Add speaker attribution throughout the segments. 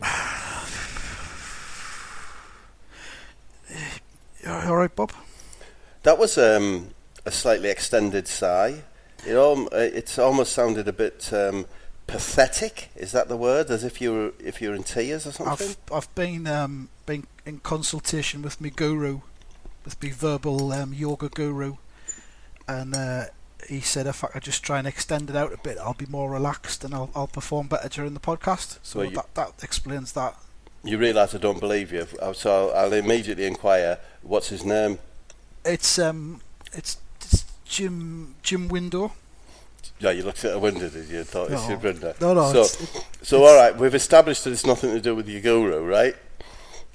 Speaker 1: Yeah, Uh, all right, Bob.
Speaker 2: That was um, a slightly extended sigh. It al- uh, it almost sounded a bit um, pathetic. Is that the word? As if you were if you're in tears or something.
Speaker 1: I've I've been um been in consultation with my guru, with my verbal um, yoga guru, and uh, he said if I could just try and extend it out a bit, I'll be more relaxed and I'll I'll perform better during the podcast. So
Speaker 2: Well, you-
Speaker 1: that that explains that.
Speaker 2: You realise I don't believe you, Uh, so I'll immediately inquire what's his name.
Speaker 1: It's um it's, it's Jim Jim Window.
Speaker 2: Yeah, you looked at the window, did you? And thought it's
Speaker 1: No.
Speaker 2: your window.
Speaker 1: No, no,
Speaker 2: So,
Speaker 1: it's-
Speaker 2: so all right, we've established that it's nothing to do with your guru, right?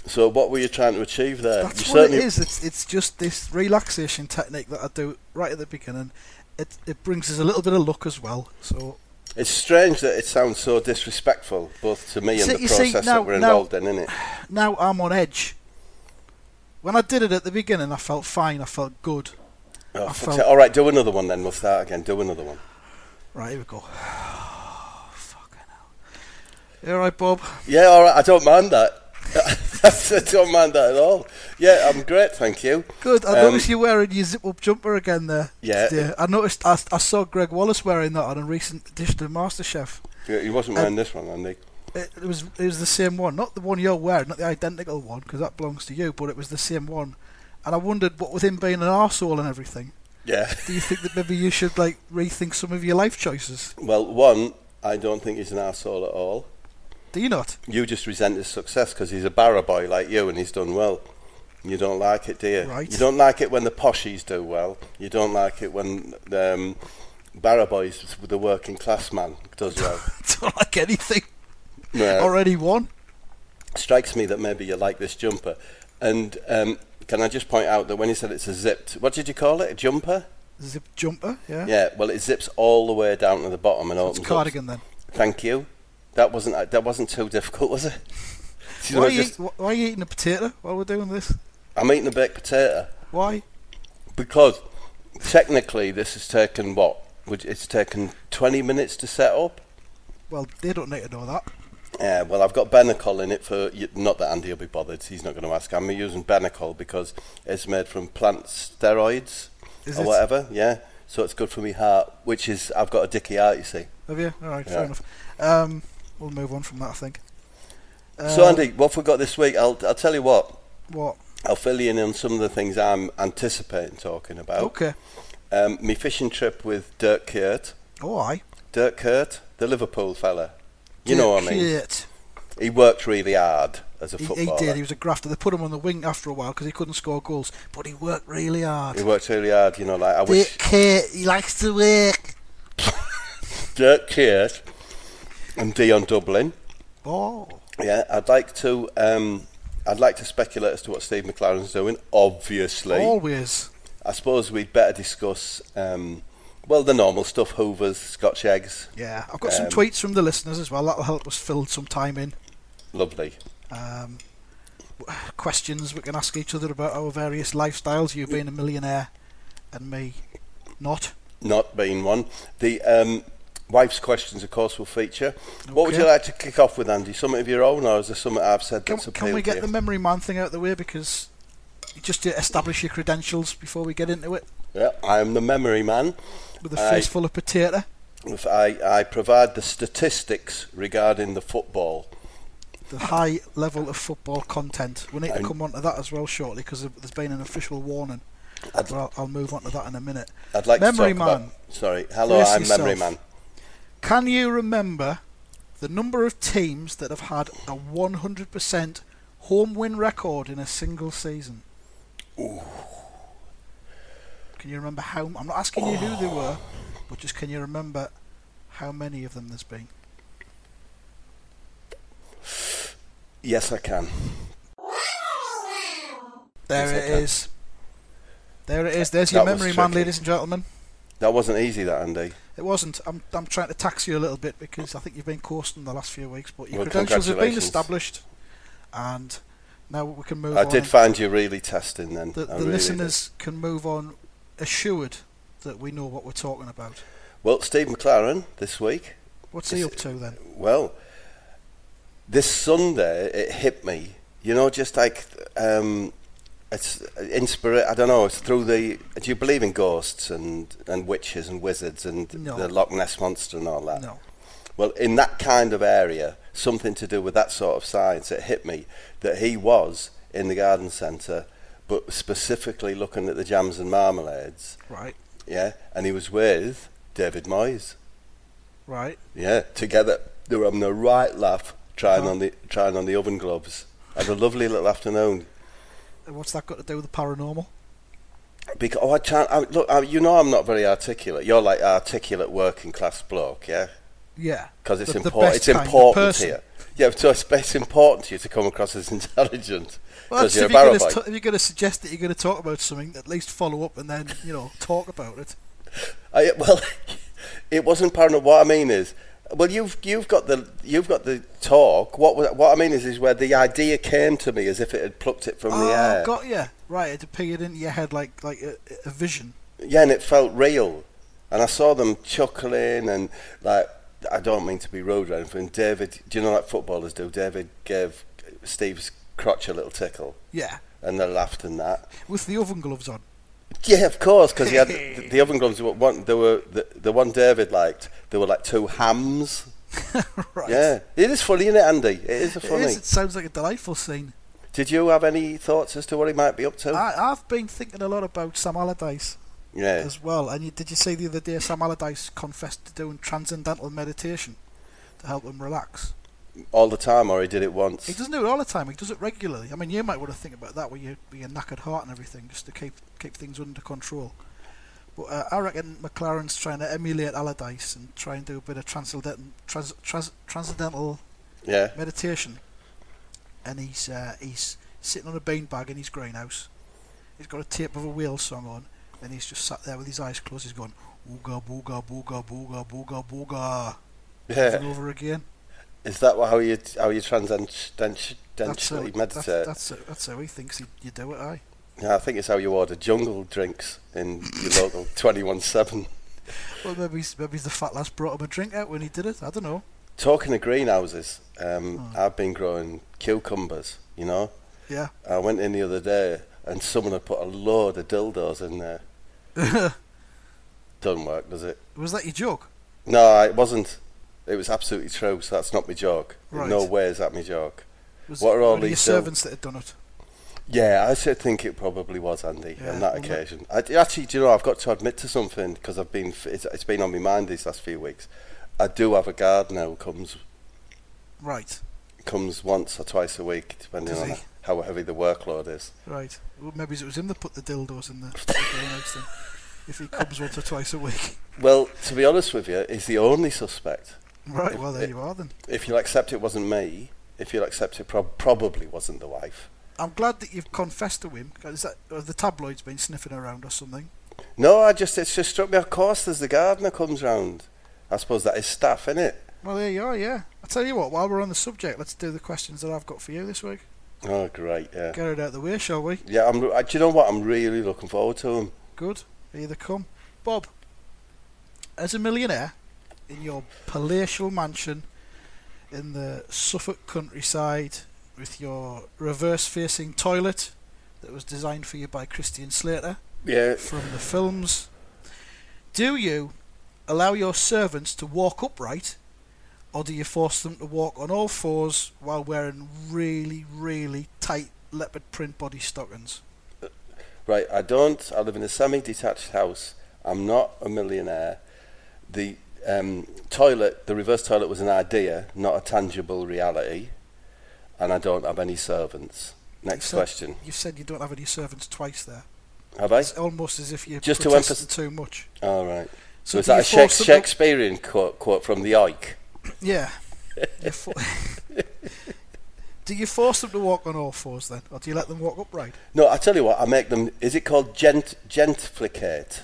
Speaker 2: So, what were you trying to achieve there?
Speaker 1: That's
Speaker 2: you
Speaker 1: what it
Speaker 2: certainly-
Speaker 1: is. It's it's just this relaxation technique that I do right at the beginning. It it brings us a little bit of luck as well. So
Speaker 2: It's strange that it sounds so disrespectful, both to me and
Speaker 1: See-
Speaker 2: the
Speaker 1: you see,
Speaker 2: process
Speaker 1: now-
Speaker 2: that we're
Speaker 1: now-
Speaker 2: involved in, isn't it?
Speaker 1: now I'm on edge. When I did it at the beginning, I felt fine. I felt good.
Speaker 2: Oh,
Speaker 1: I
Speaker 2: fuck's
Speaker 1: felt-
Speaker 2: sake. All right, do another one then. We'll start again. Do another one.
Speaker 1: Right, here we go. Fucking hell. You all right, Bob?
Speaker 2: Yeah, all right. I don't mind that. I don't mind that at all. Yeah, I'm great, thank you.
Speaker 1: Good. I
Speaker 2: Um,
Speaker 1: noticed you wearing your zip-up jumper again there.
Speaker 2: Yeah.
Speaker 1: today. I noticed. I, I saw Greg Wallace wearing that on a recent edition of MasterChef.
Speaker 2: Yeah, He wasn't wearing this one, Andy.
Speaker 1: It, it was it was the same one, not the one you're wearing, not the identical one, because that belongs to you. But it was the same one, and I wondered what with him being an arsehole and everything.
Speaker 2: Yeah.
Speaker 1: Do you think that maybe you should like rethink some of your life choices?
Speaker 2: Well, one, I don't think he's an arsehole at all.
Speaker 1: Do you not?
Speaker 2: You just resent his success because he's a barra boy like you and he's done well. You don't like it, do you?
Speaker 1: Right.
Speaker 2: You don't like it when the poshies do well. You don't like it when um, barra boys, the working class man, does well.
Speaker 1: Don't like anything
Speaker 2: No.
Speaker 1: or anyone.
Speaker 2: strikes me that maybe you like this jumper. And um, can I just point out that when he said it's a zipped, what did you call it? A jumper?
Speaker 1: Zip jumper, yeah.
Speaker 2: Yeah. Well, it zips all the way down to the bottom and
Speaker 1: It's
Speaker 2: opens.
Speaker 1: a
Speaker 2: up.
Speaker 1: cardigan then.
Speaker 2: Thank you. That wasn't that wasn't too difficult, was it? Do you
Speaker 1: Why
Speaker 2: know,
Speaker 1: are, you,
Speaker 2: just-
Speaker 1: eat- why are you eating a potato while we're doing this?
Speaker 2: I'm eating a baked potato
Speaker 1: Why?
Speaker 2: because technically this has taken what? Would- It's taken 20 minutes to set up.
Speaker 1: Well, they don't need to know that.
Speaker 2: Yeah, Uh, well, I've got Benacol in it for y- not that Andy will be bothered. He's not going to ask. I'm using Benacol because it's made from plant steroids
Speaker 1: Is
Speaker 2: or
Speaker 1: it?
Speaker 2: whatever. Yeah, so it's good for me heart, which is I've got a dicky heart, you see.
Speaker 1: Have you? All right, fair
Speaker 2: Yeah.
Speaker 1: enough. Um, we'll move on from that, I think. Oh.
Speaker 2: so Andy, what have we got this week? I'll I'll tell you what.
Speaker 1: What?
Speaker 2: I'll fill you in on some of the things I'm anticipating talking about.
Speaker 1: Okay.
Speaker 2: Um, my fishing trip with Dirk Kurt.
Speaker 1: Oh, aye.
Speaker 2: Dirk Kurt, the Liverpool fella. You know what I mean?
Speaker 1: Shit.
Speaker 2: He worked really hard as a
Speaker 1: He,
Speaker 2: footballer.
Speaker 1: he did. He was a grafter. They put him on the wing after a while because he couldn't score goals, but he worked really hard.
Speaker 2: He worked really hard. You know, like I wish.
Speaker 1: Kurt, he likes to work.
Speaker 2: Dirk Kears and Dion Dublin.
Speaker 1: Oh,
Speaker 2: Yeah, I'd like to. Um, I'd like to speculate as to what Steve McLaren's doing. Obviously,
Speaker 1: Oh. always.
Speaker 2: I suppose we'd better discuss. Um, well, the normal stuff: Hoovers, Scotch eggs,
Speaker 1: Yeah, I've got some
Speaker 2: Um,
Speaker 1: tweets from the listeners as well. That'll help us fill some time in.
Speaker 2: lovely.
Speaker 1: um, w- questions we can ask each other about our various lifestyles. You being a millionaire, and me not.
Speaker 2: Not being one. The um, wife's questions, of course, will feature. What would
Speaker 1: Okay.
Speaker 2: you like to kick off with, Andy? Something of your own, or is there something I've said
Speaker 1: Can,
Speaker 2: that's
Speaker 1: can we
Speaker 2: appealed
Speaker 1: get
Speaker 2: to
Speaker 1: the
Speaker 2: you?
Speaker 1: memory man thing out of the way because just to establish your credentials before we get into it
Speaker 2: Yeah, I am the memory man.
Speaker 1: with a
Speaker 2: Aye.
Speaker 1: face full of potato.
Speaker 2: If I, I provide the statistics regarding the football.
Speaker 1: The high level of football content. We need to
Speaker 2: And-
Speaker 1: come on to that as well shortly because there's been an official warning. But I'll, I'll move on to that in a minute.
Speaker 2: I'd like
Speaker 1: Memory
Speaker 2: to talk
Speaker 1: man.
Speaker 2: about. Sorry, hello,
Speaker 1: Brace
Speaker 2: I'm
Speaker 1: yourself.
Speaker 2: Memory Man.
Speaker 1: Can you remember the number of teams that have had a 100% home win record in a single season. Can you remember how? I'm not asking you who they were,
Speaker 2: Oh.
Speaker 1: but just can you remember how many of them there's been?
Speaker 2: Yes, I can.
Speaker 1: There
Speaker 2: Yes, I
Speaker 1: it
Speaker 2: can.
Speaker 1: is. There it is. There's your
Speaker 2: That was
Speaker 1: memory, man,
Speaker 2: tricky.
Speaker 1: ladies and gentlemen.
Speaker 2: That wasn't easy, that Andy.
Speaker 1: It wasn't. I'm, I'm trying to tax you a little bit because I think you've been coursing the last few weeks, but your
Speaker 2: Well,
Speaker 1: credentials have been
Speaker 2: congratulations.
Speaker 1: established, and now we can move
Speaker 2: I
Speaker 1: on.
Speaker 2: did
Speaker 1: and
Speaker 2: find you really testing then.
Speaker 1: the
Speaker 2: I
Speaker 1: the
Speaker 2: really did.
Speaker 1: listeners can move on assured that we know what we're talking about.
Speaker 2: Well, Steve McLaren this week.
Speaker 1: What's he
Speaker 2: Is-
Speaker 1: up to then?
Speaker 2: Well, this Sunday it hit me. You know, just like um, it's uh, inspira. I don't know. It's through the. Do you believe in ghosts and and witches and wizards and
Speaker 1: No.
Speaker 2: the Loch Ness monster and all that?
Speaker 1: No.
Speaker 2: Well, in that kind of area, something to do with that sort of science, it hit me that he was in the garden centre, but specifically looking at the jams and marmalades.
Speaker 1: Right,
Speaker 2: Yeah, and he was with David Moyes.
Speaker 1: right.
Speaker 2: Yeah, together they were having a right laugh trying
Speaker 1: Uh-huh.
Speaker 2: on the trying on the oven gloves. Had a lovely little afternoon.
Speaker 1: And What's that got to do with the paranormal?
Speaker 2: Because oh, I can't I, look. I, you know, I'm not very articulate. You're like articulate working class bloke, yeah.
Speaker 1: Yeah.
Speaker 2: Because it's
Speaker 1: The- the
Speaker 2: important.
Speaker 1: best
Speaker 2: It's
Speaker 1: kind of
Speaker 2: important
Speaker 1: person.
Speaker 2: here. Yeah, so it's, it's important to you to come across as intelligent
Speaker 1: Well, that's
Speaker 2: because you're
Speaker 1: if,
Speaker 2: a
Speaker 1: you're
Speaker 2: barrel
Speaker 1: gonna,
Speaker 2: bike.
Speaker 1: st- if you're going to suggest that you're going to talk about something, at least follow up and then you know talk about it.
Speaker 2: I, well, it wasn't paranormal. What I mean is, well, you've you've got the you've got the talk. What wa- what I mean is, is where the idea came to me as if it had plucked it from
Speaker 1: oh,
Speaker 2: the air.
Speaker 1: got you. Right, it appeared into your head like like a, a vision.
Speaker 2: Yeah, and it felt real. And I saw them chuckling and like I don't mean to be rude or anything. David, do you know like footballers do? David gave Steve's crotch a little tickle,
Speaker 1: Yeah,
Speaker 2: and they laughed and that.
Speaker 1: with the oven gloves on.
Speaker 2: Yeah, of course, because he had the, the oven gloves. were One, they were the, the one David liked. They were like two hams.
Speaker 1: right.
Speaker 2: Yeah, it is funny, isn't it, Andy? It is a
Speaker 1: It
Speaker 2: funny.
Speaker 1: is. It sounds like a delightful scene.
Speaker 2: Did you have any thoughts as to what he might be up to?
Speaker 1: I, I've been thinking a lot about Sam Allardyce
Speaker 2: yeah.
Speaker 1: as well. And you, did you see the other day Sam Allardyce confessed to doing transcendental meditation to help him relax?
Speaker 2: all the time, or he did it once.
Speaker 1: He doesn't do it all the time. He does it regularly. I mean, you might want to think about that with your, with your knackered heart and everything, just to keep keep things under control. But uh, I reckon McLaren's trying to emulate Allardyce and try and do a bit of transcendental trans, trans, transcendental
Speaker 2: yeah.
Speaker 1: meditation, and he's uh, he's sitting on a beanbag in his greenhouse. He's got a tape of a whale song on, and he's just sat there with his eyes closed. He's going ooga booga booga booga booga booga over and
Speaker 2: Yeah.
Speaker 1: over again.
Speaker 2: Is that what- how you how you transcendentally
Speaker 1: That's how,
Speaker 2: meditate?
Speaker 1: that's, that's, how- that's how he thinks he, you do it. Aye.
Speaker 2: yeah, I think it's how you order jungle drinks in your local twenty one seven.
Speaker 1: Well, maybe he's, maybe the fat lass brought him a drink out when he did it. I don't know.
Speaker 2: Talking of greenhouses, um,
Speaker 1: Hmm.
Speaker 2: I've been growing cucumbers. You know,
Speaker 1: Yeah.
Speaker 2: I went in the other day and someone had put a load of dildos in there. Doesn't work, does it?
Speaker 1: Was that your joke?
Speaker 2: No, it wasn't. It was absolutely true. So that's not my joke.
Speaker 1: Right.
Speaker 2: No way is that my joke.
Speaker 1: Was
Speaker 2: What
Speaker 1: it
Speaker 2: are all
Speaker 1: one of your
Speaker 2: these um, dil-
Speaker 1: servants that had done it?
Speaker 2: Yeah, I should think it probably was Andy
Speaker 1: Yeah,
Speaker 2: on that
Speaker 1: well, that-
Speaker 2: occasion. I, actually, do you know I've got to admit to something because I've been f- it's, it's been on my mind these last few weeks. I do have a gardener who comes
Speaker 1: Right.
Speaker 2: comes once or twice a week, depending
Speaker 1: Does
Speaker 2: on
Speaker 1: he?
Speaker 2: how heavy the workload is.
Speaker 1: Right. Well, maybe it was him that put the dildos in the, the greenhouse then. If he comes once or twice a week.
Speaker 2: Well, to be honest with you, he's the only suspect.
Speaker 1: Right. Well, there you are then.
Speaker 2: If you'll accept it wasn't me, if you'll accept it prob- probably wasn't the wife.
Speaker 1: I'm glad that you've confessed to him. 'cause Is that, have the tabloids been sniffing around or something?
Speaker 2: No, I just it's just struck me. Of course, there's the gardener comes round. I suppose that is staff, isn't it?
Speaker 1: Well, there you are, yeah. I tell you what, while we're on the subject, let's do the questions that I've got for you this week.
Speaker 2: Oh, great, yeah.
Speaker 1: Get it out of the way, shall we?
Speaker 2: Yeah, I'm, re- do you know what? I'm really looking forward to him.
Speaker 1: Good. Here they come. Bob, as a millionaire in your palatial mansion in the Suffolk countryside with your reverse facing toilet that was designed for you by Christian Slater
Speaker 2: Yeah,
Speaker 1: from the films, do you allow your servants to walk upright or do you force them to walk on all fours while wearing really, really tight leopard print body stockings?
Speaker 2: Right, I don't. I live in a semi-detached house. I'm not a millionaire. The um, toilet, the reverse toilet was an idea, not a tangible reality, and I don't have any servants. Next
Speaker 1: said-
Speaker 2: question.
Speaker 1: You've said you don't have any servants twice there.
Speaker 2: Have I?
Speaker 1: It's almost as if you're just
Speaker 2: Just to
Speaker 1: protesting
Speaker 2: emphas-
Speaker 1: too much.
Speaker 2: All right.
Speaker 1: So
Speaker 2: So, is
Speaker 1: do
Speaker 2: that
Speaker 1: you
Speaker 2: a Shak-
Speaker 1: force them-
Speaker 2: Shakespearean quote, quote from the Ike?
Speaker 1: Yeah. You're fo- do you force them to walk on all fours then, or do you let them walk upright?
Speaker 2: No, I tell you what, I make them. Is it called gent gentflicate?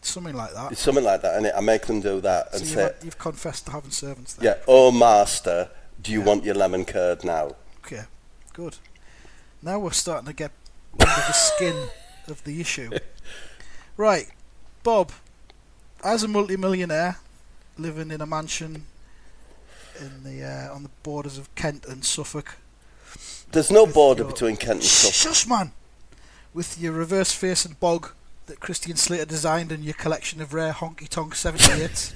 Speaker 1: Something like that.
Speaker 2: It's something like that, and I make them do that
Speaker 1: so
Speaker 2: and
Speaker 1: you've,
Speaker 2: say,
Speaker 1: had- you've confessed to having servants then.
Speaker 2: "Yeah, oh master, do you want your lemon curd now?"
Speaker 1: Okay, good. Now we're starting to get under the skin of the issue. Right, Bob, as a multimillionaire living in a mansion in the uh, on the borders of Kent and Suffolk,
Speaker 2: There's no border
Speaker 1: your-
Speaker 2: between Kent and Suffolk.
Speaker 1: shush man, with your reverse face and bog that Christian Slater designed and your collection of rare honky tonk 78s.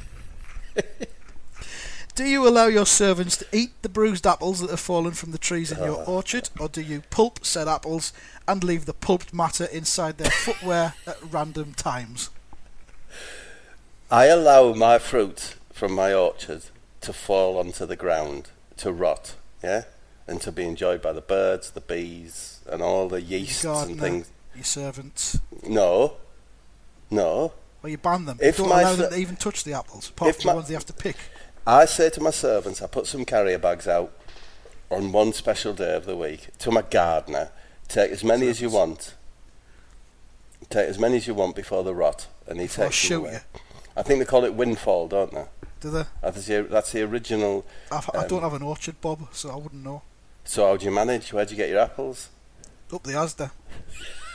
Speaker 1: Do you allow your servants to eat the bruised apples that have fallen from the trees in
Speaker 2: Ah.
Speaker 1: your orchard, or do you pulp said apples and leave the pulped matter inside their footwear at random times?
Speaker 2: I allow my fruit from my orchard to fall onto the ground, to rot, yeah, and to be enjoyed by the birds, the bees, and all the yeasts and
Speaker 1: Gardener,
Speaker 2: things.
Speaker 1: your servants,
Speaker 2: No, no.
Speaker 1: or you ban them.
Speaker 2: If
Speaker 1: Don't
Speaker 2: my
Speaker 1: allow
Speaker 2: ser-
Speaker 1: them to even touch the apples, apart
Speaker 2: if
Speaker 1: from the
Speaker 2: my-
Speaker 1: ones they have to pick.
Speaker 2: I say to my servants, I put some carrier bags out on one special day of the week to my gardener. Take as many as you want. Take as many as you want before the rot, and he
Speaker 1: Before I
Speaker 2: takes
Speaker 1: shoot
Speaker 2: them away. I think they call it windfall, don't they?
Speaker 1: Do they?
Speaker 2: That's the, that's the original.
Speaker 1: I've, I
Speaker 2: um,
Speaker 1: don't have an orchard, Bob, so I wouldn't know.
Speaker 2: So how do you manage? Where do you get your apples?
Speaker 1: up the Asda.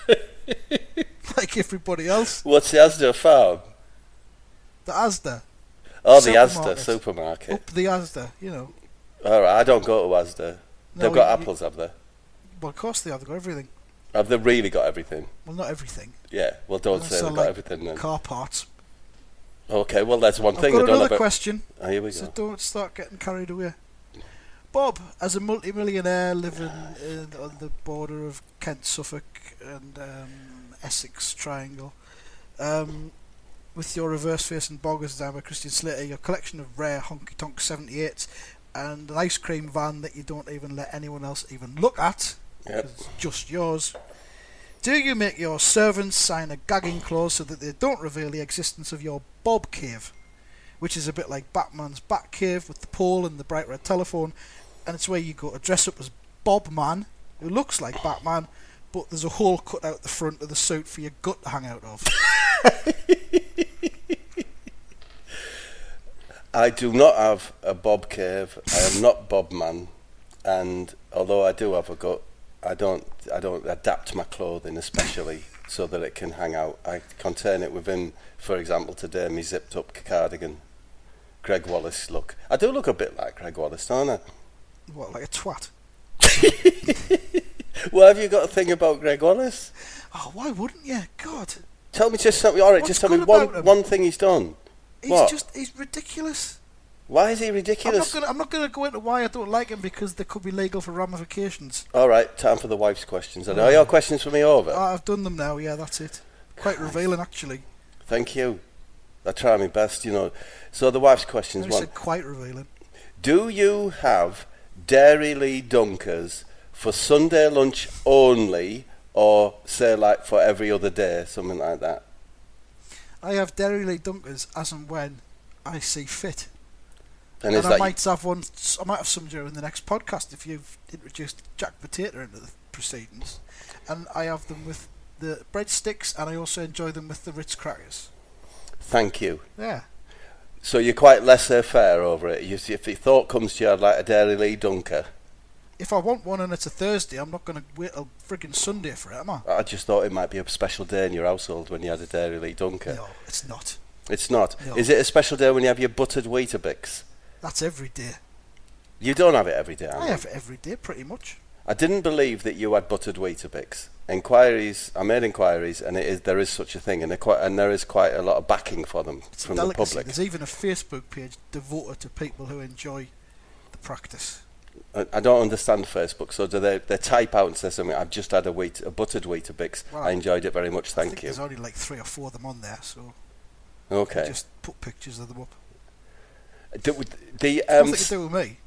Speaker 1: like everybody else,
Speaker 2: What's the Asda farm?
Speaker 1: the Asda,
Speaker 2: Oh, the Asda
Speaker 1: Supermarket.
Speaker 2: supermarket.
Speaker 1: up the Asda. You know,
Speaker 2: All right, I don't go to Asda.
Speaker 1: No,
Speaker 2: They've got
Speaker 1: you-
Speaker 2: apples, have they?
Speaker 1: well, of course they have. They've got everything.
Speaker 2: Have they really got everything?
Speaker 1: Well, not everything.
Speaker 2: Yeah. Well, don't
Speaker 1: They
Speaker 2: say they've
Speaker 1: sell,
Speaker 2: got
Speaker 1: like,
Speaker 2: everything then.
Speaker 1: Car parts.
Speaker 2: Okay. Well, that's one
Speaker 1: I've
Speaker 2: thing they
Speaker 1: got
Speaker 2: don't have.
Speaker 1: another
Speaker 2: it-
Speaker 1: question,
Speaker 2: Oh, here we go.
Speaker 1: so don't start getting carried away. Bob, as a multimillionaire living in, on the border of Kent, Suffolk, and um, Essex Triangle, um, with your reverse face and boggers down by Christian Slater, your collection of rare honky tonk 78s, and an ice cream van that you don't even let anyone else even look at,
Speaker 2: Yep.
Speaker 1: 'cause it's just yours. Do you make your servants sign a gagging clause so that they don't reveal the existence of your Bob cave, which is a bit like Batman's Bat cave with the pole and the bright red telephone, and it's where you go to dress up as Bob Man, who looks like Batman, but there's a hole cut out the front of the suit for your gut to hang out of.
Speaker 2: I do not have a bob cave. I am not Bob Man, and although I do have a gut, I don't. I don't adapt my clothing especially so that it can hang out. I contain it within, for example, today my zipped up cardigan, Greg Wallace look. I do look a bit like Greg Wallace, don't I?
Speaker 1: What, like a twat?
Speaker 2: Well, have you got a thing about Greg Wallace?
Speaker 1: Oh, why wouldn't you? God,
Speaker 2: Tell me just something. All right,
Speaker 1: What's
Speaker 2: just tell me
Speaker 1: good about
Speaker 2: one
Speaker 1: him?
Speaker 2: one thing he's done.
Speaker 1: he's
Speaker 2: What?
Speaker 1: just, he's ridiculous.
Speaker 2: Why is he
Speaker 1: I'm not,
Speaker 2: ridiculous?
Speaker 1: gonna, I'm not gonna go into why I don't like him because there could be legal for ramifications.
Speaker 2: All right, time for the wife's questions. And are your questions for me over?
Speaker 1: Oh, I've done them now. Yeah, that's it. Quite revealing, actually.
Speaker 2: Thank you. I try my best, you know. So the wife's questions
Speaker 1: I
Speaker 2: one:
Speaker 1: said quite revealing.
Speaker 2: Do you have Dairy Lee Dunkers for Sunday lunch only, or say like for every other day, something like that?
Speaker 1: I have Dairy Lee Dunkers as and when I see fit,
Speaker 2: And,
Speaker 1: and,
Speaker 2: is
Speaker 1: I
Speaker 2: that
Speaker 1: might have one. I might have some during the next podcast if you've introduced Jack Potato into the proceedings. And I have them with the breadsticks, and I also enjoy them with the Ritz crackers.
Speaker 2: thank you.
Speaker 1: Yeah,
Speaker 2: So you're quite laissez-faire over it. You see, if the thought comes to you, I'd like a Dairy Lee Dunker.
Speaker 1: if I want one and it's a Thursday, I'm not gonna wait till friggin' Sunday for it, am I?
Speaker 2: I just thought it might be a special day in your household when you had a Dairy Lee Dunker.
Speaker 1: No, it's not.
Speaker 2: It's not.
Speaker 1: No.
Speaker 2: Is it a special day when you have your buttered Weetabix?
Speaker 1: That's every day.
Speaker 2: You don't have it every day.
Speaker 1: I
Speaker 2: Alan.
Speaker 1: have it every day, pretty much.
Speaker 2: I didn't believe that you had buttered Weetabix. Inquiries, I made inquiries, and it is there is such a thing, and, they're quite, and there is quite a lot of backing for them
Speaker 1: It's
Speaker 2: from
Speaker 1: a
Speaker 2: the
Speaker 1: delicacy.
Speaker 2: public.
Speaker 1: There's even a Facebook page devoted to people who enjoy the practice.
Speaker 2: I, I don't understand Facebook, so do they? They type out and say something. I've just had a wheat, a buttered Weetabix.
Speaker 1: Well,
Speaker 2: I enjoyed it very much.
Speaker 1: I think
Speaker 2: Thank you.
Speaker 1: There's only like three or four of them on there, so
Speaker 2: Okay.
Speaker 1: just put pictures of them up.
Speaker 2: The, the,
Speaker 1: Um,
Speaker 2: um,
Speaker 1: Nothing to do with me.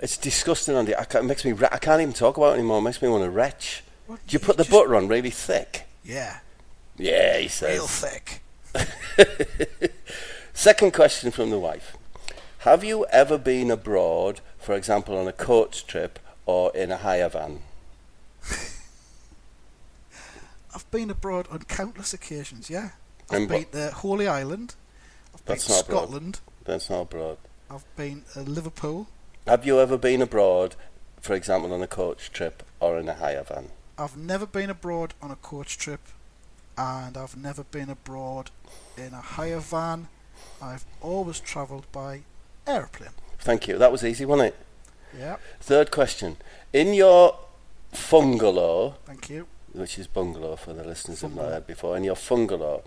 Speaker 2: it's disgusting, Andy. I can't, it makes me. Re- I can't even talk about it anymore. It makes me want to retch. Do
Speaker 1: What-
Speaker 2: you put the
Speaker 1: just-
Speaker 2: butter on really thick?
Speaker 1: Yeah,
Speaker 2: Yeah, he
Speaker 1: real
Speaker 2: says.
Speaker 1: thick.
Speaker 2: Second question from the wife. Have you ever been abroad, for example, on a coach trip or in a hire van?
Speaker 1: I've been abroad on countless occasions. Yeah, I've
Speaker 2: And
Speaker 1: been
Speaker 2: what-
Speaker 1: to Holy Island. I've been
Speaker 2: That's
Speaker 1: to
Speaker 2: not abroad.
Speaker 1: Scotland.
Speaker 2: That's not abroad.
Speaker 1: I've been to Liverpool.
Speaker 2: Have you ever been abroad, for example, on a coach trip or in a hire van?
Speaker 1: I've never been abroad on a coach trip, and I've never been abroad in a hire van. I've always travelled by aeroplane.
Speaker 2: Thank you. That was easy, wasn't it?
Speaker 1: Yeah,
Speaker 2: Third question. In your fungalow,
Speaker 1: thank you.
Speaker 2: which is bungalow for the listeners who've not
Speaker 1: Bungalow.
Speaker 2: heard before, in your fungalow,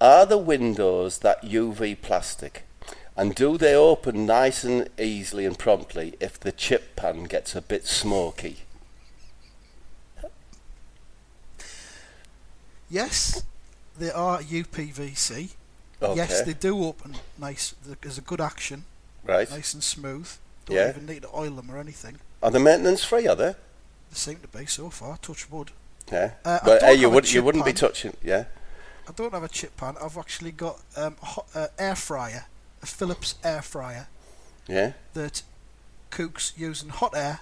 Speaker 2: are the windows that UV plastic? And do they open nice and easily and promptly if the chip pan gets a bit smoky?
Speaker 1: Yes, they are UPVC.
Speaker 2: Okay.
Speaker 1: Yes, they do open nice. There's a good action,
Speaker 2: right.
Speaker 1: nice and smooth. Don't
Speaker 2: Yeah.
Speaker 1: even need to oil them or anything.
Speaker 2: Are they maintenance free? Are they?
Speaker 1: They seem to be so far. Touch wood.
Speaker 2: Yeah.
Speaker 1: Uh, I
Speaker 2: but
Speaker 1: don't
Speaker 2: hey, you
Speaker 1: have a
Speaker 2: would you
Speaker 1: chip
Speaker 2: wouldn't be
Speaker 1: pan.
Speaker 2: touching. Yeah.
Speaker 1: I don't have a chip pan. I've actually got um, a hot, uh, air fryer, a Philips air fryer
Speaker 2: Yeah.
Speaker 1: that cooks using hot air,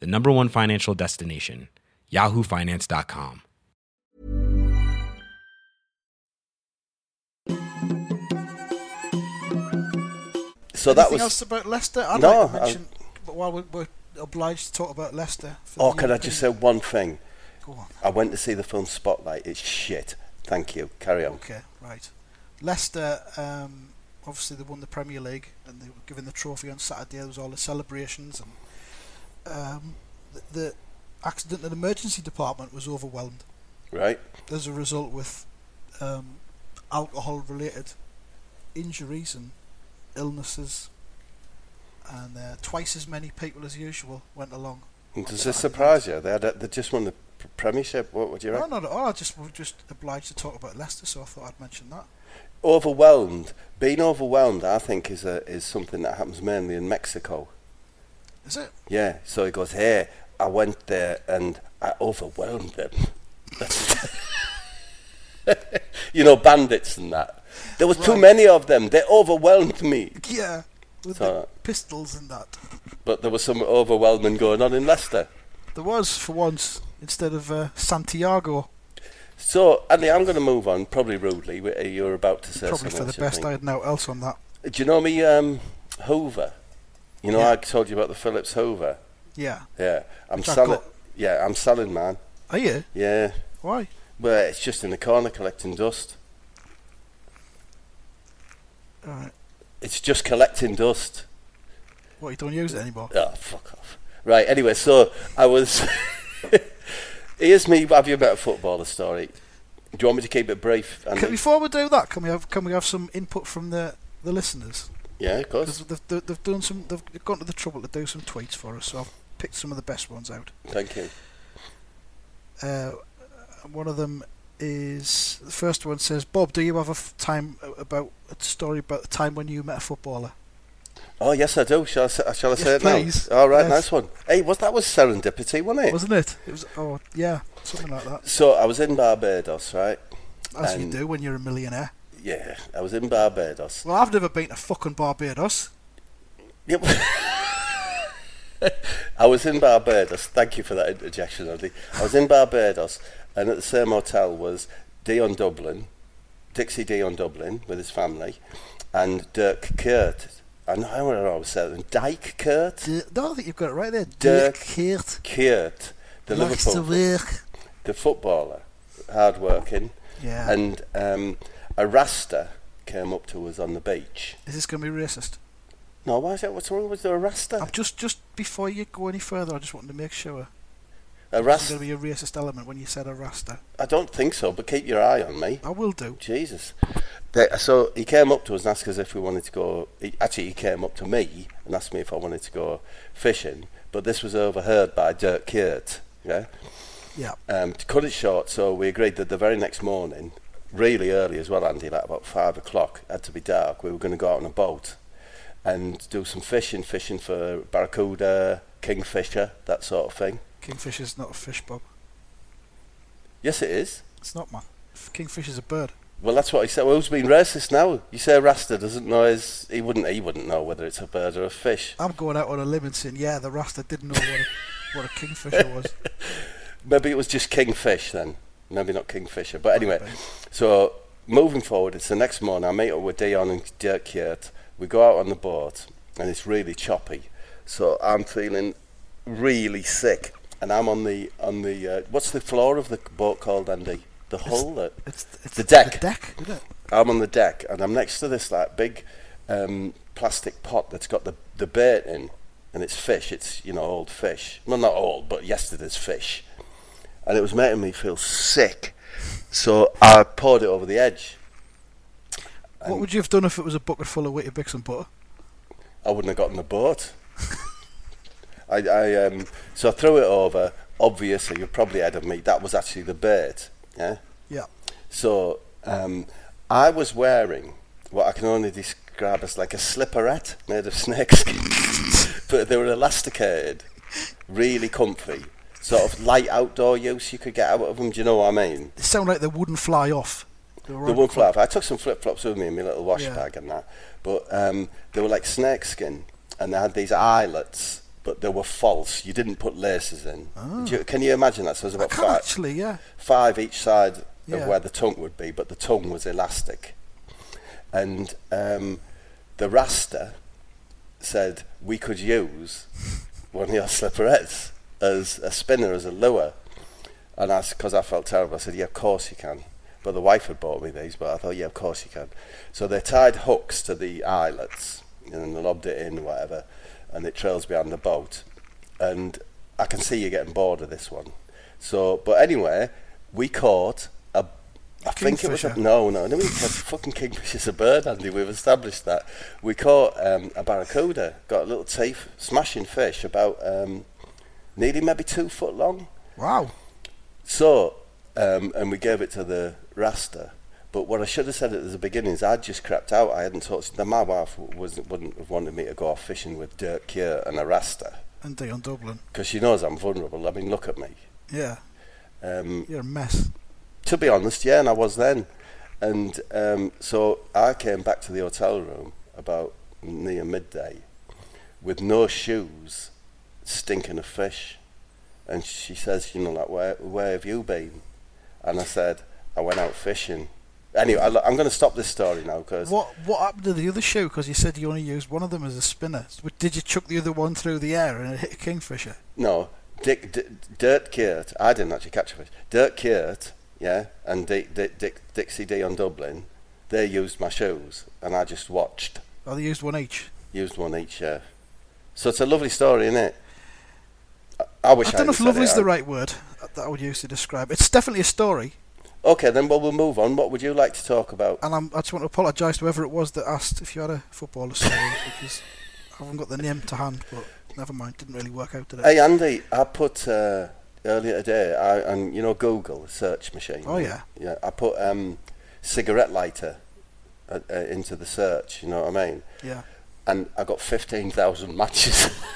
Speaker 3: the number one financial destination, yahoofinance.com.
Speaker 2: So that
Speaker 1: Anything
Speaker 2: was.
Speaker 1: else about Leicester? I'd
Speaker 2: No,
Speaker 1: like to
Speaker 2: I-
Speaker 1: mention, but while we're, we're obliged to talk about Leicester. For
Speaker 2: oh,
Speaker 1: the
Speaker 2: can I
Speaker 1: European-
Speaker 2: just say one thing?
Speaker 1: Go on.
Speaker 2: I went to see the film Spotlight. It's shit. Thank you. Carry on.
Speaker 1: Okay, right. Leicester, um, obviously they won the Premier League and they were given the trophy on Saturday. There was all the celebrations and um, the, the accident and emergency department was overwhelmed
Speaker 2: Right?
Speaker 1: as a result with um, alcohol-related injuries and illnesses. And uh, twice as many people as usual went along.
Speaker 2: And does this surprise you? They, had a, they just won the pr- Premiership. What would you
Speaker 1: No,
Speaker 2: reckon?
Speaker 1: not at all. I just we're just obliged to talk about Leicester, so I thought I'd mention that.
Speaker 2: Overwhelmed. Being overwhelmed, I think, is a, is something that happens mainly in Mexico.
Speaker 1: Is it?
Speaker 2: Yeah. So he goes, "Hey, I went there and I overwhelmed them." you know, bandits and that. There was too
Speaker 1: Right.
Speaker 2: many of them. They overwhelmed me.
Speaker 1: Yeah, with
Speaker 2: So-
Speaker 1: the pistols and that.
Speaker 2: But there was some overwhelming going on in Leicester.
Speaker 1: There was, for once, instead of uh, Santiago,
Speaker 2: So, Andy, I'm going to move on, probably rudely. but, uh, You were about to say
Speaker 1: probably for
Speaker 2: something.
Speaker 1: the
Speaker 2: I
Speaker 1: best.
Speaker 2: think.
Speaker 1: I had no else on that.
Speaker 2: Do you know me, um, Hoover? You know,
Speaker 1: Yeah.
Speaker 2: I told you about the Phillips Hoover.
Speaker 1: Yeah.
Speaker 2: Yeah, I'm
Speaker 1: Which I've
Speaker 2: selling.
Speaker 1: got.
Speaker 2: Yeah, I'm selling, man.
Speaker 1: Are you?
Speaker 2: Yeah,
Speaker 1: Why?
Speaker 2: well, it's just in the corner collecting dust.
Speaker 1: Alright.
Speaker 2: It's just collecting dust.
Speaker 1: What, you don't use it anymore?
Speaker 2: Oh, fuck off. Right, anyway, so I was. Here's me. Have you met a footballer story? Do you want me to keep it brief? Andy?
Speaker 1: Can, before we do that, can we have can we have some input from the, the listeners?
Speaker 2: yeah, of course.
Speaker 1: Because they've, they've, they've done some, they've gone to the trouble to do some tweets for us, so I've picked some of the best ones out.
Speaker 2: Thank you.
Speaker 1: Uh, one of them is the first one says, Bob, do you have a f- time uh, about a story about the time when you met a footballer?
Speaker 2: Oh yes, I do. Shall I, say- shall I say
Speaker 1: Yes,
Speaker 2: it now?
Speaker 1: please.
Speaker 2: All right,
Speaker 1: Yes.
Speaker 2: nice one. Hey, was that was serendipity, wasn't it?
Speaker 1: Wasn't it? It was. Oh, yeah, something like that.
Speaker 2: So I was in Barbados, right?
Speaker 1: As you
Speaker 2: And-
Speaker 1: do when you're a millionaire.
Speaker 2: Yeah, I was in Barbados.
Speaker 1: Well, I've never been to fucking Barbados.
Speaker 2: Yep. I was in Barbados. Thank you for that interjection, Andy. I was in Barbados, and at the same hotel was Dion Dublin, Dixie Dion Dublin with his family, and Dirk Kurt. I know I don't know how I was saying Dyke Kurt,
Speaker 1: D- no, I think you've got it right there.
Speaker 2: Dirk
Speaker 1: Kurt
Speaker 2: Kurt, the
Speaker 1: likes to
Speaker 2: Liverpool,
Speaker 1: work.
Speaker 2: the footballer, hard working,
Speaker 1: Yeah.
Speaker 2: and um, a Rasta came up to us on the beach.
Speaker 1: Is this going to be racist?
Speaker 2: No, why is that? What's wrong with a Rasta?
Speaker 1: I'm just just before you go any further, I just wanted to make sure
Speaker 2: A
Speaker 1: there's
Speaker 2: Rasta.
Speaker 1: going to be a racist element when you said a rasta.
Speaker 2: I don't think so, but keep your eye on me.
Speaker 1: I will do.
Speaker 2: Jesus. They- so he came up to us and asked us if we wanted to go. He, actually, he came up to me and asked me if I wanted to go fishing, but this was overheard by Dirk Kirt. Yeah.
Speaker 1: Yeah.
Speaker 2: Um, to cut it short, so we agreed that the very next morning really early as well, Andy, like about five o'clock, had to be dark. We were going to go out on a boat and do some fishing, fishing for barracuda, kingfisher, that sort of thing.
Speaker 1: Kingfisher's not a fish, Bob.
Speaker 2: Yes, it is.
Speaker 1: It's not, man. F- Kingfisher's a bird.
Speaker 2: Well, that's what he said. Well, who's being racist now? You say a Rasta doesn't know his. He wouldn't. He wouldn't know whether it's a bird or a fish.
Speaker 1: I'm going out on a limb and saying, yeah, the Rasta didn't know what a, what a kingfisher was.
Speaker 2: Maybe it was just kingfish then. Maybe not kingfisher. But anyway, so moving forward, it's the next morning. I meet up with Dion and Dirk Kiert. We go out on the boat, and it's really choppy. So I'm feeling really sick, and I'm on the on the uh, what's the floor of the boat called, Andy? The hull. that-
Speaker 1: It's, it's
Speaker 2: The deck.
Speaker 1: The deck, isn't it?
Speaker 2: I'm on the deck and I'm next to this like big um, plastic pot that's got the the bait in, and it's fish. It's you know old fish. Well, not old, but yesterday's fish, and it was making me feel sick. So I poured it over the edge.
Speaker 1: What would you have done if it was a bucket full of Weetabix and butter?
Speaker 2: I wouldn't have gotten the boat. I, I um, so I threw it over. Obviously, you're probably ahead of me. That was actually the bait. Yeah.
Speaker 1: Yeah.
Speaker 2: So um, I was wearing what I can only describe as like a slipperette made of snake skin, but they were elasticated, really comfy, sort of light outdoor use you could get out of them. Do you know what I mean?
Speaker 1: They sound like they wouldn't fly off. They were
Speaker 2: The
Speaker 1: on-
Speaker 2: one flip. I took some flip flops with me in my little wash
Speaker 1: Yeah.
Speaker 2: bag and that, but um, they were like snake skin, and they had these eyelets. But they were false. You didn't put laces in. Do you- can you imagine that? So it was
Speaker 1: Ah. I
Speaker 2: about
Speaker 1: can
Speaker 2: five,
Speaker 1: actually, yeah.
Speaker 2: five each side
Speaker 1: Yeah.
Speaker 2: of where the tongue would be, but the tongue was elastic. And um, the raster said we could use one of your slipperettes as a spinner, as a lure. And that's because I felt terrible. I said, yeah, of course you can. But the wife had bought me these, but I thought, yeah, of course you can. So they tied hooks to the eyelets and then they lobbed it in, whatever, and it trails behind the boat. And I can see you're getting bored of this one. So, but anyway, we caught a. I think it was a,
Speaker 1: Kingfisher.
Speaker 2: no, no, no. We caught fucking kingfisher's a bird, Andy. We've established that. We caught um, a barracuda, got a little teeth, smashing fish, about um, nearly maybe two foot long.
Speaker 1: Wow.
Speaker 2: So, um, and we gave it to the Rasta. But what I should have said at the beginning is I'd just crept out. I hadn't talked to them. My wife w- wasn't, wouldn't have wanted me to go off fishing with Dirk Kier and a Rasta
Speaker 1: And they on Dublin.
Speaker 2: because she knows I'm vulnerable. I mean, look at me.
Speaker 1: Yeah.
Speaker 2: Um,
Speaker 1: You're a mess.
Speaker 2: to be honest, yeah, and I was then. And um, so I came back to the hotel room about near midday with no shoes, stinking of fish. And she says, you know, like, where, where have you been? And I said, I went out fishing. Anyway, I, am going to stop this story now because
Speaker 1: What what happened to the other shoe? Because you said you only used one of them as a spinner. So Did you chuck the other one through the air and it hit a kingfisher?
Speaker 2: No, Dick, D- Dirt Kiert. I didn't actually catch a fish. Dirt Kiert, yeah, and Dick, Dick, Dick, Dixie D on Dublin, they used my shoes, and I just watched.
Speaker 1: Oh, they used one each.
Speaker 2: used one each year. So it's a lovely story, isn't it? I, I wish I,
Speaker 1: I don't know
Speaker 2: hadn't
Speaker 1: if
Speaker 2: said
Speaker 1: lovely's
Speaker 2: it.
Speaker 1: the right word that I would use to describe. It's definitely a story,
Speaker 2: Okay, then well we'll move on. What would you like to talk about?
Speaker 1: and I'm, I just want to apologise to whoever it was that asked if you had a footballer story because I haven't got the name to hand. But never mind, didn't really work out today.
Speaker 2: Hey Andy, I put uh, earlier today, I, and you know Google search machine.
Speaker 1: Oh, yeah.
Speaker 2: yeah. I put um, cigarette lighter uh, uh, into the search. You know what I mean?
Speaker 1: Yeah,
Speaker 2: and I got 15,000 matches.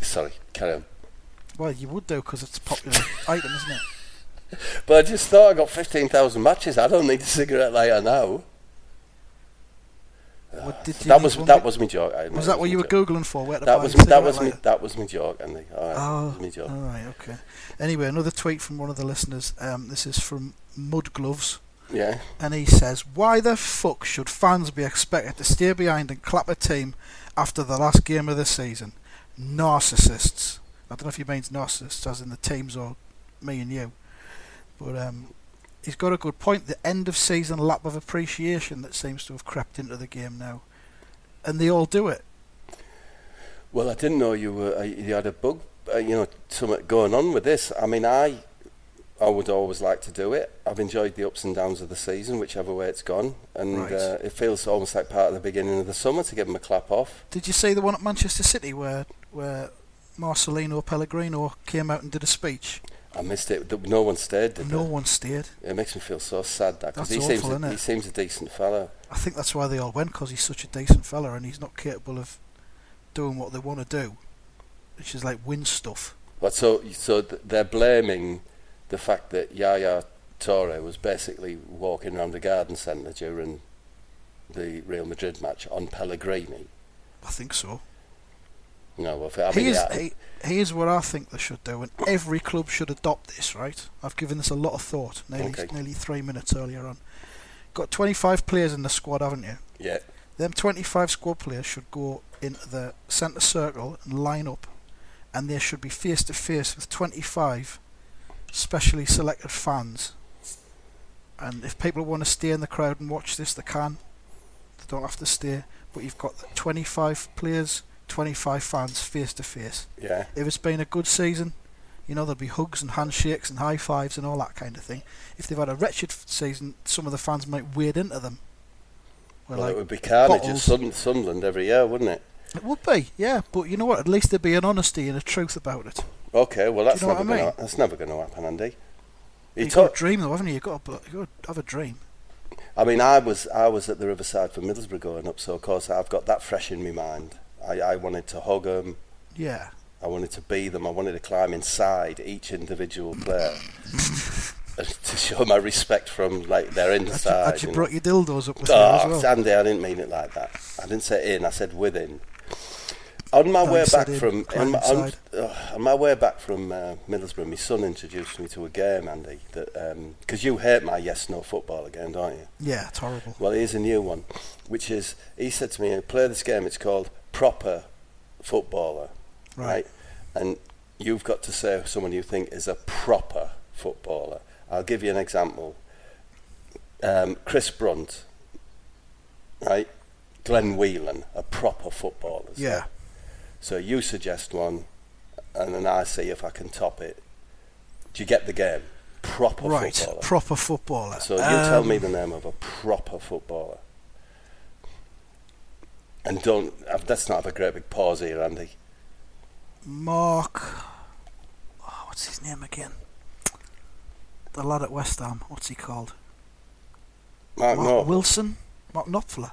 Speaker 2: Sorry, carry on.
Speaker 1: well you would do because it's a popular item, isn't it?
Speaker 2: But I just thought I got 15,000 matches. I don't need a cigarette lighter now.
Speaker 1: What, did you
Speaker 2: Uh, That
Speaker 1: need
Speaker 2: was
Speaker 1: one
Speaker 2: that
Speaker 1: bit-
Speaker 2: was my joke. I know,
Speaker 1: Was that what
Speaker 2: my
Speaker 1: you were
Speaker 2: joke.
Speaker 1: googling for? Where to
Speaker 2: That
Speaker 1: buy
Speaker 2: was
Speaker 1: a
Speaker 2: that
Speaker 1: cigarette
Speaker 2: was me,
Speaker 1: lighter?
Speaker 2: that was my joke, Andy. All right,
Speaker 1: Oh,
Speaker 2: that was my joke.
Speaker 1: all right, okay. Anyway, another tweet from one of the listeners. Um, this is from Mud Gloves,
Speaker 2: Yeah.
Speaker 1: and he says, "Why the fuck should fans be expected to stay behind and clap a team after the last game of the season? Narcissists." I don't know if he means narcissists, as in the teams or me and you, but um, he's got a good point. The end of season lap of appreciation that seems to have crept into the game now, and they all do it.
Speaker 2: Well, I didn't know you were uh, you had a bug, uh, you know, something going on with this. I mean, I I would always like to do it. I've enjoyed the ups and downs of the season, whichever way it's gone, and
Speaker 1: Right.
Speaker 2: uh, it feels almost like part of the beginning of the summer to give them a clap off.
Speaker 1: Did you see the one at Manchester City where where Marcelino Pellegrino came out and did a speech?
Speaker 2: I missed it. Th- No one stayed, did
Speaker 1: No
Speaker 2: they?
Speaker 1: one stayed.
Speaker 2: It makes me feel so sad that because
Speaker 1: That's
Speaker 2: he seems
Speaker 1: awful,
Speaker 2: a,
Speaker 1: innit?
Speaker 2: he seems a decent fellow.
Speaker 1: I think that's why they all went because he's such a decent fella and he's not capable of doing what they want to do, which is like win stuff.
Speaker 2: But so so th- they're blaming the fact that Yaya Torre was basically walking around the garden centre during the Real Madrid match on Pellegrini.
Speaker 1: I think so.
Speaker 2: You know, if, I mean,
Speaker 1: Here's,
Speaker 2: yeah,
Speaker 1: he, here's what I think they should do, and every club should adopt this, right? I've given this a lot of thought, nearly,
Speaker 2: Okay.
Speaker 1: nearly three minutes earlier on. Got 25 players in the squad, haven't you?
Speaker 2: yeah,
Speaker 1: Them 25 squad players should go into the centre circle and line up, and they should be face to face with 25 specially selected fans. And if people want to stay in the crowd and watch this, they can. They don't have to stay. But you've got 25 players, 25 fans face to face.
Speaker 2: yeah,
Speaker 1: If it's been a good season, you know, there'll be hugs and handshakes and high fives and all that kind of thing. If they've had a wretched f- season, some of the fans might wade into them. Well,
Speaker 2: well,
Speaker 1: like,
Speaker 2: it would be carnage at
Speaker 1: bottles.
Speaker 2: Sun- Sunderland every year, wouldn't it?
Speaker 1: it would be, yeah, but you know what? At least there'd be an honesty and a truth about it.
Speaker 2: Okay, well that's
Speaker 1: know what
Speaker 2: never
Speaker 1: I
Speaker 2: going
Speaker 1: mean?
Speaker 2: to that's never going to happen, Andy. He
Speaker 1: You've
Speaker 2: took.
Speaker 1: got a dream, though, haven't you? You've got to, you got to have a dream.
Speaker 2: I mean, I was I was at the Riverside for Middlesbrough going up, so of course I've got that fresh in my mind. I, I wanted to hug him.
Speaker 1: Yeah.
Speaker 2: I wanted to be them. I wanted to climb inside each individual player to show my respect from like their
Speaker 1: Had you, had
Speaker 2: inside.
Speaker 1: you
Speaker 2: you know.
Speaker 1: brought your dildos up with you
Speaker 2: Oh,
Speaker 1: as well?
Speaker 2: Sandy, I didn't mean it like that. I didn't say in. I said within. On my
Speaker 1: No,
Speaker 2: way
Speaker 1: Oh, you said
Speaker 2: back
Speaker 1: in,
Speaker 2: from on,
Speaker 1: climb
Speaker 2: my- on,
Speaker 1: inside.
Speaker 2: ugh, on my way back from uh, Middlesbrough, my son introduced me to a game, Andy. That because you hate my yes no football again, don't you?
Speaker 1: Yeah, it's horrible.
Speaker 2: Well, here's a new one, which is he said to me, "Play this game. It's called proper footballer,
Speaker 1: Right.
Speaker 2: right? And you've got to say someone you think is a proper footballer. I'll give you an example. Um, Chris Brunt, right? Glenn Whelan, a proper footballer.
Speaker 1: Yeah.
Speaker 2: So you suggest one, and then I see if I can top it. Do you get the game? Proper
Speaker 1: Right,
Speaker 2: footballer.
Speaker 1: proper footballer.
Speaker 2: So you tell
Speaker 1: Um,
Speaker 2: me the name of a proper footballer. And don't, uh, let's not have a great big pause here, Andy.
Speaker 1: Mark. Oh, what's his name again? The lad at West Ham. What's he called?
Speaker 2: Mark,
Speaker 1: Mark
Speaker 2: Noble.
Speaker 1: Wilson? Mark Knopfler?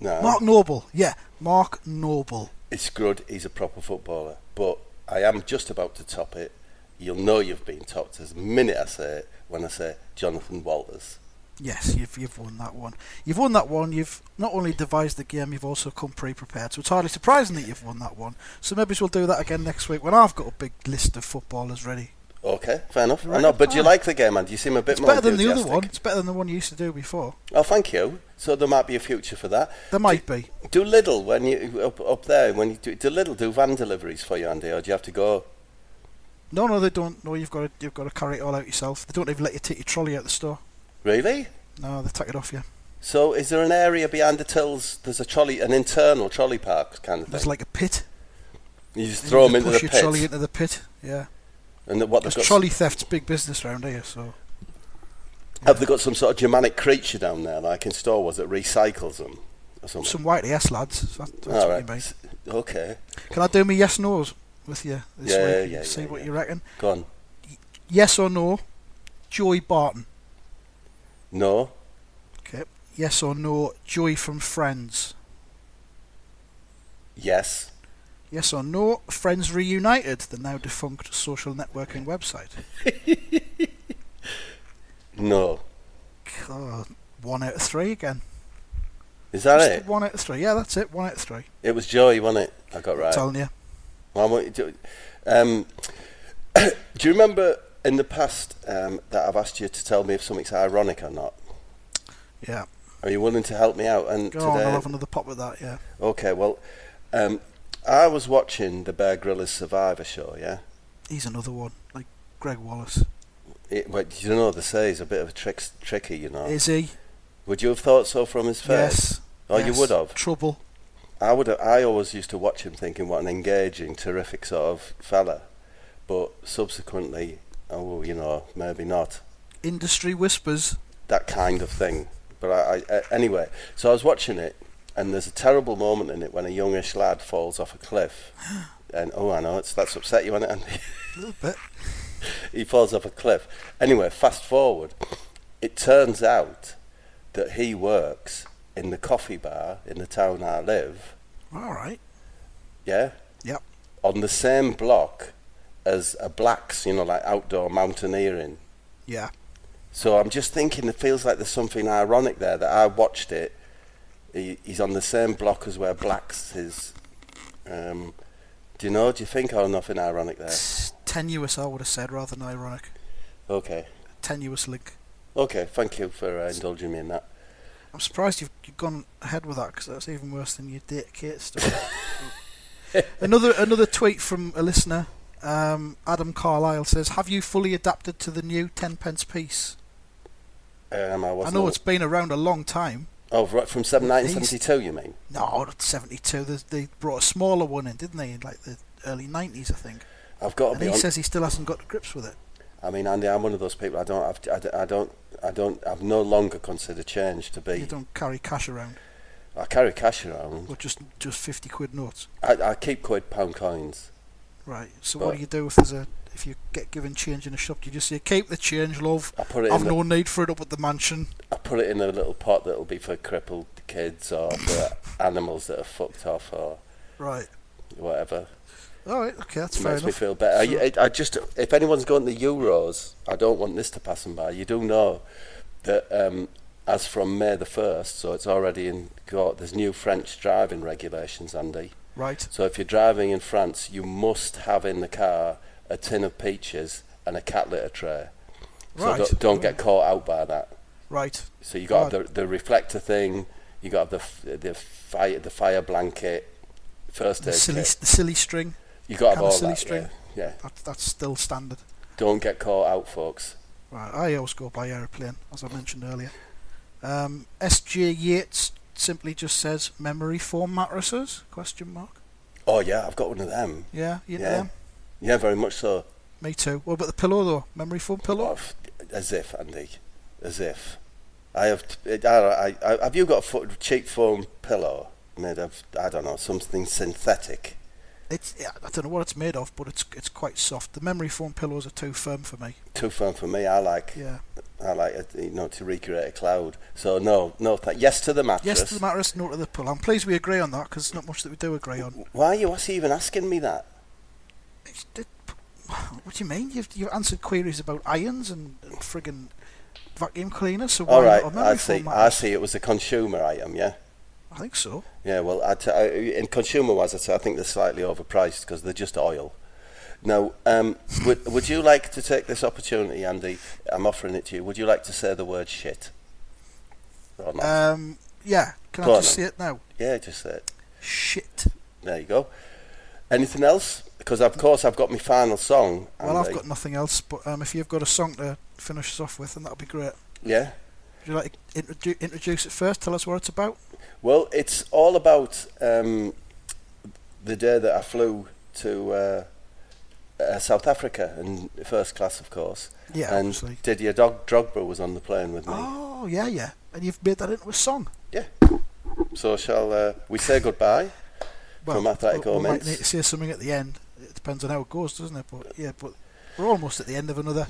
Speaker 2: no,
Speaker 1: Mark Noble. Yeah, Mark Noble.
Speaker 2: it's good, he's a proper footballer. But I am just about to top it. You'll know you've been topped as the minute I say it, when I say Jonathan Walters.
Speaker 1: Yes, you've you've won that one. You've won that one. You've not only devised the game, you've also come pre-prepared. So it's hardly surprising that you've won that one. So maybe we'll do that again next week when I've got a big list of footballers ready.
Speaker 2: Okay, fair enough. I
Speaker 1: Right,
Speaker 2: know, but you
Speaker 1: fine.
Speaker 2: like the game, Andy. You seem a bit
Speaker 1: It's
Speaker 2: more
Speaker 1: better than the other
Speaker 2: enthusiastic.
Speaker 1: one. It's better than the one you used to do before.
Speaker 2: Oh, thank you. So there might be a future for that.
Speaker 1: There might be.
Speaker 2: Do Lidl when you up, up there when you do, do Lidl do van deliveries for you, Andy, or do you have to go
Speaker 1: No, no, they don't. No, you've got to you've got to carry it all out yourself. They don't even let you take your trolley out the store.
Speaker 2: Really?
Speaker 1: No, they take it off you.
Speaker 2: So is there an area behind the tills? There's a trolley, an internal trolley park kind of
Speaker 1: There's
Speaker 2: thing.
Speaker 1: like a pit.
Speaker 2: you just throw them
Speaker 1: You
Speaker 2: into the
Speaker 1: push your trolley
Speaker 2: pit,
Speaker 1: into the pit. Yeah,
Speaker 2: and the, what they've
Speaker 1: because
Speaker 2: got?
Speaker 1: trolley theft's big business around here. So
Speaker 2: Have they got some sort of Germanic creature down there, like in Star Wars, that recycles them or something?
Speaker 1: some whitey ass lads. That, that's what
Speaker 2: All right.
Speaker 1: you mean.
Speaker 2: S- Okay,
Speaker 1: Can I do me yes nos with you this
Speaker 2: Yeah,
Speaker 1: week?
Speaker 2: yeah,
Speaker 1: See
Speaker 2: yeah,
Speaker 1: what
Speaker 2: yeah.
Speaker 1: you reckon.
Speaker 2: go on.
Speaker 1: Yes or no, Joy Barton.
Speaker 2: No,
Speaker 1: Okay. Yes or no, Joy from Friends.
Speaker 2: yes,
Speaker 1: Yes or no, Friends Reunited, the now defunct social networking website.
Speaker 2: no.
Speaker 1: God, one out of three again.
Speaker 2: Is that
Speaker 1: Just
Speaker 2: it?
Speaker 1: One out of three. Yeah, that's it. One out of three.
Speaker 2: It was Joey, wasn't it? I got right.
Speaker 1: Telling you.
Speaker 2: Why won't you do it? Um, do you remember in the past um, that I've asked you to tell me if something's ironic or not?
Speaker 1: Yeah.
Speaker 2: Are you willing to help me out? And
Speaker 1: Go
Speaker 2: today,
Speaker 1: on, I'll have another pop with that. Yeah.
Speaker 2: Okay, well, um, I was watching the Bear Grylls Survivor show, yeah?
Speaker 1: He's another one, like Greg Wallace.
Speaker 2: It, but you know, they say he's a bit of a trick, tricky, you know.
Speaker 1: Is he?
Speaker 2: would you have thought so from his face?
Speaker 1: Yes.
Speaker 2: Oh,
Speaker 1: yes.
Speaker 2: you would have.
Speaker 1: Trouble.
Speaker 2: I would. Have, I always used to watch him thinking, what an engaging, terrific sort of fella. But subsequently, oh, well, you know, maybe not.
Speaker 1: Industry whispers.
Speaker 2: that kind of thing. But I, I, uh, anyway, so I was watching it, and there's a terrible moment in it when a youngish lad falls off a cliff, and oh, I know it's that's upset you, isn't it? Andy?
Speaker 1: A little bit.
Speaker 2: he falls off a cliff. Anyway, fast forward. It turns out that he works in the coffee bar in the town I live.
Speaker 1: All right.
Speaker 2: Yeah,
Speaker 1: Yep.
Speaker 2: on the same block as a blacks, you know, like outdoor mountaineering.
Speaker 1: Yeah.
Speaker 2: So I'm just thinking it feels like there's something ironic there that I watched it. He, he's on the same block as where Blacks is. Um, do you know? Do you think or nothing ironic there?
Speaker 1: It's tenuous, I would have said, rather than ironic.
Speaker 2: Okay,
Speaker 1: Tenuous link.
Speaker 2: okay. Thank you for uh, indulging me in that.
Speaker 1: I'm surprised you've, you've gone ahead with that because that's even worse than your date Kate story. another another tweet from a listener, um, Adam Carlisle says, "Have you fully adapted to the new ten pence piece?
Speaker 2: Um, I,
Speaker 1: I
Speaker 2: wasn't
Speaker 1: know it's been around a long time.
Speaker 2: oh right, from 1972, you mean?
Speaker 1: No, not seventy-two. They, they brought a smaller one in, didn't they? In like the early nineties, I think.
Speaker 2: I've got to
Speaker 1: And
Speaker 2: be.
Speaker 1: he
Speaker 2: hon-
Speaker 1: says he still hasn't got to grips with it.
Speaker 2: I mean, Andy, I'm one of those people. I don't. I've, I, don't- I don't. I don't. I've no longer considered change to
Speaker 1: You
Speaker 2: be.
Speaker 1: don't carry cash around,
Speaker 2: I carry cash around.
Speaker 1: or just just fifty quid notes,
Speaker 2: I, I keep quid pound coins.
Speaker 1: right? So
Speaker 2: But-
Speaker 1: what do you do if there's a if you get given change in a shop? Do you just say, "Keep the change, love.
Speaker 2: I put it
Speaker 1: I've
Speaker 2: in the-
Speaker 1: no need for it up at the mansion."
Speaker 2: I put it in a little pot that'll be for crippled kids or for animals that are fucked off or
Speaker 1: Right.
Speaker 2: whatever.
Speaker 1: All right. Okay, that's
Speaker 2: It
Speaker 1: fair
Speaker 2: makes
Speaker 1: enough.
Speaker 2: me feel better.
Speaker 1: So-
Speaker 2: I, I- I just, if anyone's going to the Euros, I don't want this to pass them by. You do know that um, as from May the first, so it's already in. Got, there's new French driving regulations, Andy.
Speaker 1: right.
Speaker 2: So if you're driving in France, you must have in the car a tin of peaches and a cat litter tray. So
Speaker 1: Right.
Speaker 2: don't, don't get caught out by that.
Speaker 1: Right.
Speaker 2: So you got
Speaker 1: Right.
Speaker 2: the the reflector thing. You got the f- the fire the fire blanket. First
Speaker 1: The
Speaker 2: aid
Speaker 1: silly,
Speaker 2: kit.
Speaker 1: the silly string.
Speaker 2: You got to have
Speaker 1: kind of
Speaker 2: all
Speaker 1: silly
Speaker 2: that.
Speaker 1: string.
Speaker 2: Yeah. yeah.
Speaker 1: That, that's still standard.
Speaker 2: Don't get caught out, folks.
Speaker 1: Right. I always go by aeroplane, as I mentioned earlier. Um, SJ Yates simply just says memory foam mattresses? Question mark.
Speaker 2: Oh yeah, I've got one of them.
Speaker 1: Yeah. You know
Speaker 2: yeah.
Speaker 1: them.
Speaker 2: Yeah, very much so.
Speaker 1: Me too. What about the pillow though? Memory foam
Speaker 2: Oh,
Speaker 1: pillow?
Speaker 2: f- as if Andy, as if. I have. T- it- I, I, I, have you got a fo- cheap foam pillow made of? I don't know something synthetic.
Speaker 1: It's yeah, I don't know what it's made of, but it's it's quite soft. The memory foam pillows are too firm for me.
Speaker 2: Too firm for me. I like.
Speaker 1: Yeah.
Speaker 2: I like it, you know to recreate a cloud. So no, no. Th- yes to the mattress.
Speaker 1: Yes to the mattress, no to the pillow. I'm pleased we agree on that because there's not much that we do agree on.
Speaker 2: Why are you what's he even asking me that?
Speaker 1: It's- it- What do you mean? You've, you've answered queries about irons and friggin' vacuum cleaners, so why
Speaker 2: All right,
Speaker 1: not a memory
Speaker 2: I see.
Speaker 1: foam
Speaker 2: I
Speaker 1: mattress?
Speaker 2: see. It was a consumer item, yeah.
Speaker 1: I think so.
Speaker 2: Yeah, well, I t- I, in consumer-wise, I t- I think they're slightly overpriced because they're just oil. Now, um, would would you like to take this opportunity, Andy? I'm offering it to you. Would you like to say the word shit? Or not?
Speaker 1: Um, yeah, can
Speaker 2: Go
Speaker 1: I
Speaker 2: on
Speaker 1: just
Speaker 2: then.
Speaker 1: say it now?
Speaker 2: yeah, just say it.
Speaker 1: Shit.
Speaker 2: There you go. Anything else? Because of course I've got my final song.
Speaker 1: Well, I've
Speaker 2: Andy.
Speaker 1: got nothing else, but um, if you've got a song to finish us off with, then that'll be great.
Speaker 2: Yeah.
Speaker 1: Would you like to introdu- introduce it first? Tell us what it's about?
Speaker 2: Well, it's all about um, the day that I flew to uh, uh, South Africa in first class, of course.
Speaker 1: Yeah,
Speaker 2: and
Speaker 1: obviously.
Speaker 2: Didier Dog- Drogba was on the plane with me.
Speaker 1: Oh, yeah, yeah. And you've made that into a song.
Speaker 2: Yeah. So shall uh, we say goodbye? From Athletic
Speaker 1: we, we might
Speaker 2: Omens.
Speaker 1: need to say something at the end. It depends on how it goes, doesn't it? But yeah, but we're almost at the end of another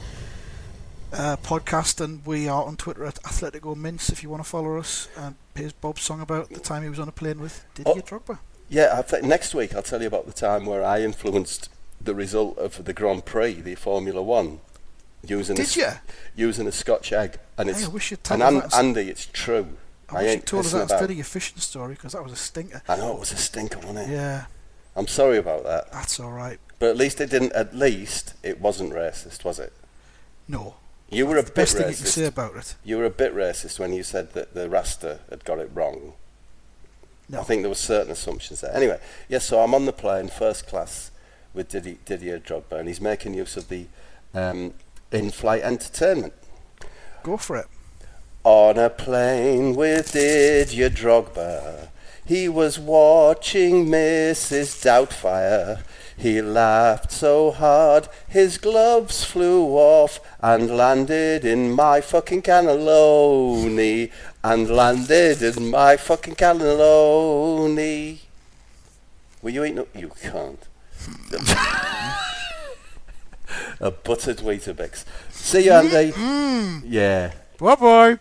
Speaker 1: uh, podcast, and we are on Twitter at Atletico Mince if you want to follow us. And here's Bob's song about the time he was on a plane with Didier
Speaker 2: Oh.
Speaker 1: Drogba.
Speaker 2: Yeah, I think next week I'll tell you about the time where I influenced the result of the Grand Prix, the Formula One, using a,
Speaker 1: Did
Speaker 2: s-
Speaker 1: you?
Speaker 2: using a Scotch egg, and
Speaker 1: Hey,
Speaker 2: it's
Speaker 1: I wish you'd
Speaker 2: and
Speaker 1: told us
Speaker 2: An-
Speaker 1: that.
Speaker 2: Andy, it's true.
Speaker 1: I, wish you
Speaker 2: ain't
Speaker 1: told us
Speaker 2: pissing
Speaker 1: that
Speaker 2: about.
Speaker 1: instead of your fishing story because that was a stinker.
Speaker 2: I know it was a stinker, wasn't it?
Speaker 1: Yeah,
Speaker 2: I'm sorry about that.
Speaker 1: that's all right.
Speaker 2: But at least it didn't. At least it wasn't racist, was it?
Speaker 1: No,
Speaker 2: You were a
Speaker 1: the
Speaker 2: bit
Speaker 1: best
Speaker 2: racist.
Speaker 1: thing you can say about it.
Speaker 2: You were a bit racist when you said that the Rasta had got it wrong.
Speaker 1: No,
Speaker 2: I think there were certain assumptions there. Anyway, yes. So I'm on the plane, first class, with Didi- Didier Drogba, and he's making use of the um, in-flight entertainment.
Speaker 1: go for it.
Speaker 2: On a plane with Didier Drogba, he was watching Mrs. Doubtfire. He laughed so hard, his gloves flew off and landed in my fucking cannelloni. And landed in my fucking cannelloni. Were you eating? You can't. a buttered Weetabix. See you, Andy. Yeah.
Speaker 1: Bye bye.